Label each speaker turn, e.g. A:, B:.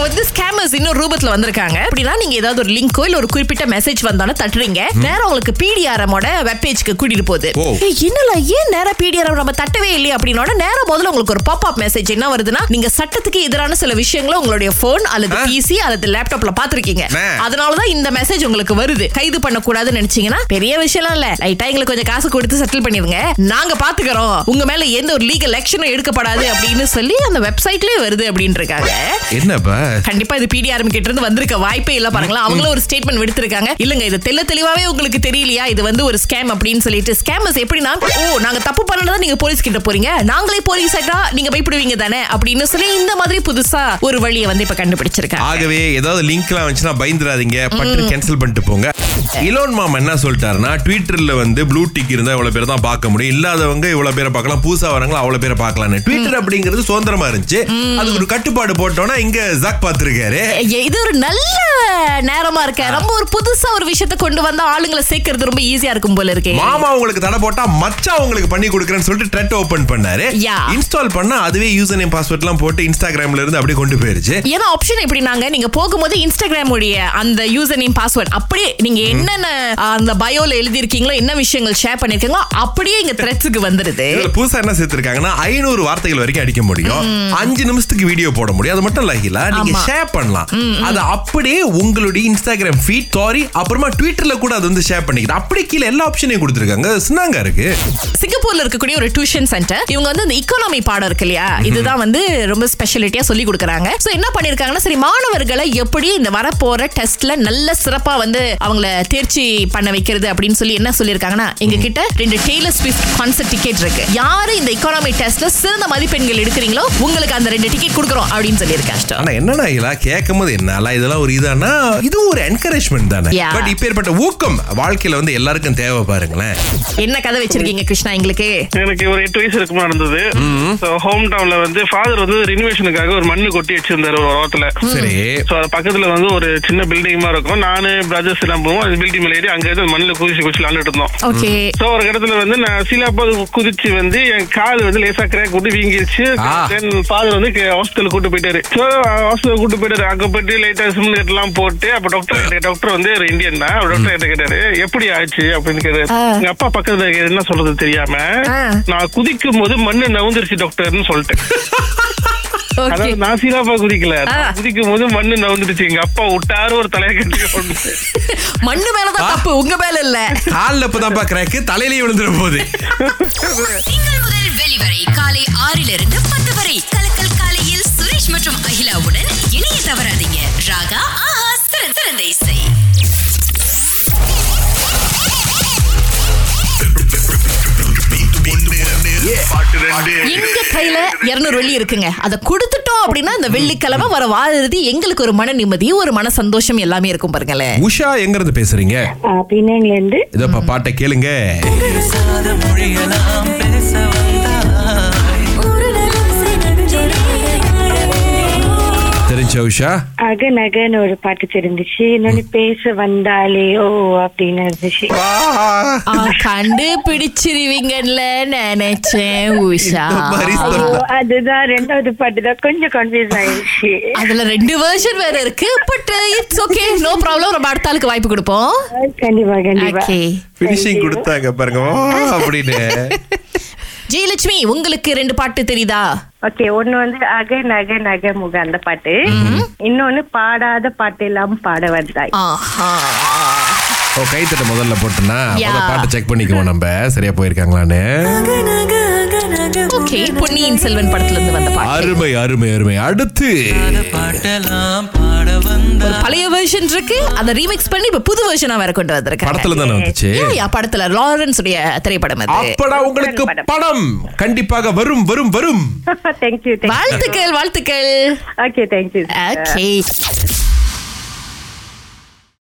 A: Members இன்னொரு ரூபத்துல வந்திருக்காங்க அப்படின்னா நீங்க ஏதாவது ஒரு லிங்கோ இல்ல ஒரு குறிப்பிட்ட மெசேஜ் வந்தாலும் தட்டுறீங்க நேரம் உங்களுக்கு பிடிஆர்எமோட வெப் பேஜ்க்கு கூட்டிட்டு போகுது
B: ஓ.
A: ஏய், என்னடா ஏன் நேரா பிடிஆர் நம்ம தட்டவே இல்லையே அப்படின்னோட நேரா முதல்ல உங்களுக்கு ஒரு பாப் அப் மெசேஜ் என்ன வருதுன்னா நீங்க சட்டத்துக்கு எதிரான சில விஷயங்களை உங்களுடைய போன் அல்லது
B: ஆ.
A: பிசி அல்லது லேப்டாப்ல பாத்திருக்கீங்க
B: ஆ.
A: அதனாலதான் இந்த மெசேஜ் உங்களுக்கு வருது கைது பண்ணக்கூடாதுன்னு நினைச்சீங்கன்னா பெரிய விஷயம்லாம் இல்ல லைட்டா எங்களுக்கு கொஞ்சம் காசு கொடுத்து செட்டில் பண்ணிருங்க நாங்க பாத்துக்கிறோம் உங்க மேல எந்த ஒரு லீகல் ஆக்ஷனும் எடுக்கப்படாது அப்படின்னு சொல்லி அந்த வெப்சைட்லயே வருது அப்படின்னு இருக்காங்க
B: என்னப்பா
A: கண்டிப்பா இது பிடிஆர்எம் கிட்ட இருந்து வந்திருக்க வாய்ப்பே இல்ல பாருங்களா அவங்களும் ஒரு ஸ்டேட்மெண்ட் விடுத்திருக்காங்க இல்லங்க இது தெல்ல தெளிவாவே உங்களுக்கு தெரியலையா இது வந்து ஒரு ஸ்கேம் அப்படின்னு சொல்லிட்டு ஸ்கேமர்ஸ் எப்படின்னா ஓ நாங்க தப்பு பண்ணலனா நீங்க போலீஸ் கிட்ட போறீங்க நாங்களே போலீஸ் ஆயிட்டா நீங்க பயப்படுவீங்க தானே அப்படின்னு சொல்லி இந்த மாதிரி புதுசா ஒரு வழியை வந்து இப்ப கண்டுபிடிச்சிருக்காங்க
B: ஆகவே ஏதாவது லிங்க்லாம் வந்துச்சுன்னா பயந்துடாதீங்க பட்டு கேன்சல் பண்ணிட்டு போங்க இலோன் மாம் என்ன சொல்லிட்டாருன்னா ட்விட்டர்ல வந்து ப்ளூ டிக் இருந்தா இவ்வளவு பேர் தான் பார்க்க முடியும் இல்லாதவங்க இவ்வளவு பேரை பார்க்கலாம் பூசா வரவங்களா அவ்வளவு பேரை பார்க்கலாம்னு ட்விட்டர் அப்படிங்கிறது சுதந்திரமா இருந்துச்சு அதுக்கு ஒரு கட்டுப்பாடு போட்டோம்னா இங்க ஜாக் பார்த்திருக்காரு
A: எ- இது ஒரு நல்ல நேரமா இருக்க ரொம்ப ஒரு புதுசா ஒரு விஷயத்த கொண்டு வந்தா ஆளுங்களை சேர்க்கறது ரொம்ப ஈஸியா இருக்கும் போல இருக்கு
B: மாமா உங்களுக்கு தடை போட்டா மச்சான் உங்களுக்கு பண்ணி கொடுக்குறேன்னு சொல்லிட்டு ட்ரெட் ஓபன் பண்ணாரு
A: Yeah.
B: இன்ஸ்டால் பண்ணா அதுவே யூசர் நேம் பாஸ்வேர்ட்லாம் போட்டு இன்ஸ்டாகிராம்ல இருந்து அப்படியே கொண்டு போயிருச்சு
A: ஏன்னா ஆப்ஷன் எப்படினாங்க நீங்க போகும்போது இன்ஸ்டாகிராம் உடைய அந்த யூசர் நேம் பாஸ்வேர்ட் அப்படியே நீங்க என்னென்ன ஆ, அந்த பயோல எழுதி இருக்கீங்களோ என்ன விஷயங்கள் ஷேர் பண்ணிருக்கீங்களோ அப்படியே இங்க த்ரெட்ஸுக்கு வந்துருது
B: இதுல புதுசா என்ன சேர்த்திருக்காங்கன்னா ஐநூறு வார்த்தைகள் வரைக்கும் அடிக்க முடியும் அஞ்சு நிமிஷத்துக்கு வீடியோ போட முடியும் அது மட்டும் இல்ல ஹிலா, நீங்க
A: ஆமா.
B: ஷேர் பண்ணலாம் அது அப்படியே உங்களுடைய இன்ஸ்டாகிராம் ஃபீட் சாரி அப்புறமா ட்விட்டர்ல கூட அது வந்து ஷேர் பண்ணிக்கிது அப்படியே கீழே எல்லா ஆப்ஷனையும் கொடுத்துருக்காங்க சின்னாங்க இருக்கு
A: சிங்கப்பூர்ல இருக்கக்கூடிய ஒரு டியூஷன் சென்டர் இவங்க வந்து அந்த இக்கானமி பாடம் இருக்கு இல்லையா இதுதான் வந்து ரொம்ப ஸ்பெஷாலிட்டியா சொல்லி கொடுக்குறாங்க சோ என்ன பண்ணிருக்காங்கன்னா சரி மாணவர்களை எப்படி இந்த வரப்போற டெஸ்ட்ல நல்ல சிறப்பா வந்து அவங்கள தேர்ச்சி பண்ண வைக்கிறது அப்படின்னு சொல்லி என்ன சொல்லியிருக்காங்கன்னா எங்க கிட்ட ரெண்டு டெய்லர் ஸ்விஃப்ட் கான்சர்ட் டிக்கெட் இருக்கு யாரு இந்த இக்கானமி டெஸ்ட்ல சிறந்த மதிப்பெண்கள் எடுக்கிறீங்களோ உங்களுக்கு அந்த ரெண்டு டிக்கெட் கொடுக்குறோம் அப்படின்னு சொல்லியிருக்காங்க
B: ஆனா என்னன்னா ஹிலா கேட்கும் போது என்னால இதெல்லாம் ஒரு இதானா இது ஒரு என்கரேஜ்மெண்ட் தானே
A: Yeah.
B: பட் இப்ப ஏற்பட்ட ஊக்கம் வாழ்க்கையில வந்து எல்லாருக்கும் தேவை பாருங்களேன்
A: என்ன கதை வச்சிருக்கீங்க கிருஷ்ணா எங்களுக்கு
C: எனக்கு ஒரு எட்டு வயசு இருக்குமா நடந்தது ஹோம் டவுன்ல வந்து ஃபாதர் வந்து ரினிவேஷனுக்காக ஒரு மண்ணு கொட்டி வச்சிருந்தாரு ஒரு ஓரத்துல
B: சரி
C: சோ அது பக்கத்துல வந்து ஒரு சின்ன பில்டிங் மாதிரி இருக்கும் நானு பிரதர்ஸ் எல்லாம் போவோம் அந்த பில்டிங் மேல ஏறி அங்க இருந்து மண்ணுல குதிச்சு குதிச்சு விளாண்டுட்டு இருந்தோம்
A: ஓகே
C: சோ ஒரு இடத்துல வந்து நான் சிலாப்பா குதிச்சு வந்து என் கால் வந்து லேசா கிராக் விட்டு வீங்கிருச்சு
B: ஆ.
C: தென் ஃபாதர் வந்து ஹாஸ்பிட்டல் கூட்டு போயிட்டாரு சோ ஹாஸ்பிட்டல் கூட்டு போயிட்டாரு அங்க போயிட்டு லைட்டா சிம்லெட் எல்லாம் போட்டு அப்ப டாக்டர் டாக்டர் வந்து ஒரு இந்தியன் தான் டாக்டர் கிட்ட கேட்டாரு எப்படி ஆச்சு அப்படின்னு கேட்டாரு
A: ஆ.
C: எங்க அப்பா பக்கத்துல இருக்காரு, என்ன சொல்றது தெரியாம
A: ஆ.
C: நான் குதிக்கும் போது மண்ணு நவுந்துருச்சு டாக்டர்னு சொல்லிட்டேன்
A: ஓகே
C: அதாவது நான் சீலாப்பா குதிக்கல நான்
A: ஆ.
C: குதிக்கும் போது மண்ணு நவுந்துருச்சு எங்க அப்பா விட்டாரு ஒரு தலையை கட்டி கொண்டு.
A: மண்ணு மேலதான் தப்பு உங்க மேல இல்ல
B: கால்ல இப்பதான்ப்பா கிராக்கு தலையிலேயே விழுந்துட போகுது
D: திங்கள் முதல் வெளிவரை காலை ஆறிலிருந்து பத்து வரை கலக்கல் காலையில் சுரேஷ் மற்றும் அகிலாவுடன் இணைய தவறாதீங்க ராகா ஆஹா சிறந்த சிறந்த இசை
A: எங்க கையில 200 வெள்ளி இருக்குங்க அத கொடுத்துட்டோம் அப்படின்னா இந்த வெள்ளிக்கிழமை வர வாழுறது எங்களுக்கு ஒரு மன நிம்மதி ஒரு மன சந்தோஷம் எல்லாமே இருக்கும் பாருங்களேன்
B: உஷா எங்க இருந்து பேசுறீங்க
E: பின்னங்கிலேருந்து
B: இதப்பா பாட்டை கேளுங்க தெரிஞ்ச உஷா
E: அகநகன்னு ஒரு பாட்டு தெரிஞ்சுச்சு இன்னொன்னு பேச வந்தாலே ஓ அப்படின்னு இருந்துச்சு
B: ஆ.
A: ஆ, கண்டுபிடிச்சிருவீங்கன்னு நினைச்சேன் உஷா
B: இந்த மாதிரி
E: ஓ,
B: சொல்லலாம்.
E: அதுதான் ரெண்டாவது பாட்டு தான் கொஞ்சம் கன்ஃபியூஸ் ஆயிடுச்சு
A: அதுல ரெண்டு வெர்ஷன் வேற இருக்கு uh, but it's okay no problem நம்ம அடுத்த ஆளுக்கு வாய்ப்பு கொடுப்போம்
E: கண்டிப்பா கண்டிப்பா
A: ஓகே
B: ஃபினிஷிங் கொடுத்தாங்க பாருங்க வா அப்படின்னு
A: ஜெயலட்சுமி உங்களுக்கு ரெண்டு பாட்டு தெரியுதா
E: ஓகே ஒண்ணு வந்து அக நக நக முக அந்த பாட்டு இன்னொன்னு பாடாத பாட்டு எல்லாம் பாட வந்தாய்
A: ஆஹா
B: ஓ கைத்தட்ட முதல்ல போட்டுனா
A: Yeah.
B: முதல்ல பாட்டை செக் பண்ணிக்குவோம் நம்ம சரியா போயிருக்காங்களான்னு
A: ஓகே பொன்னியின் செல்வன் படத்துல இருந்து வந்த பாட்டு
B: அருமை அருமை அருமை அடுத்து
F: பாட்டெல்லாம் பாட வந்த
A: ஒரு பழைய வெர்ஷன் இருக்கு அதை ரீமிக்ஸ் பண்ணி இப்ப புது வெர்ஷனா வேற கொண்டு வந்திருக்காங்க
B: படத்துல தானே வந்துச்சு
A: யா, யா, படத்துல லாரன்ஸ் உடைய திரைப்படம் அது
B: அப்படா உங்களுக்கு
E: படம்.
B: படம் கண்டிப்பாக வரும் வரும் வரும்
E: தேங்க்யூ தேங்க்யூ
A: வாழ்த்துக்கள் வாழ்த்துக்கள்
E: ஓகே தேங்க்யூ
A: ஓகே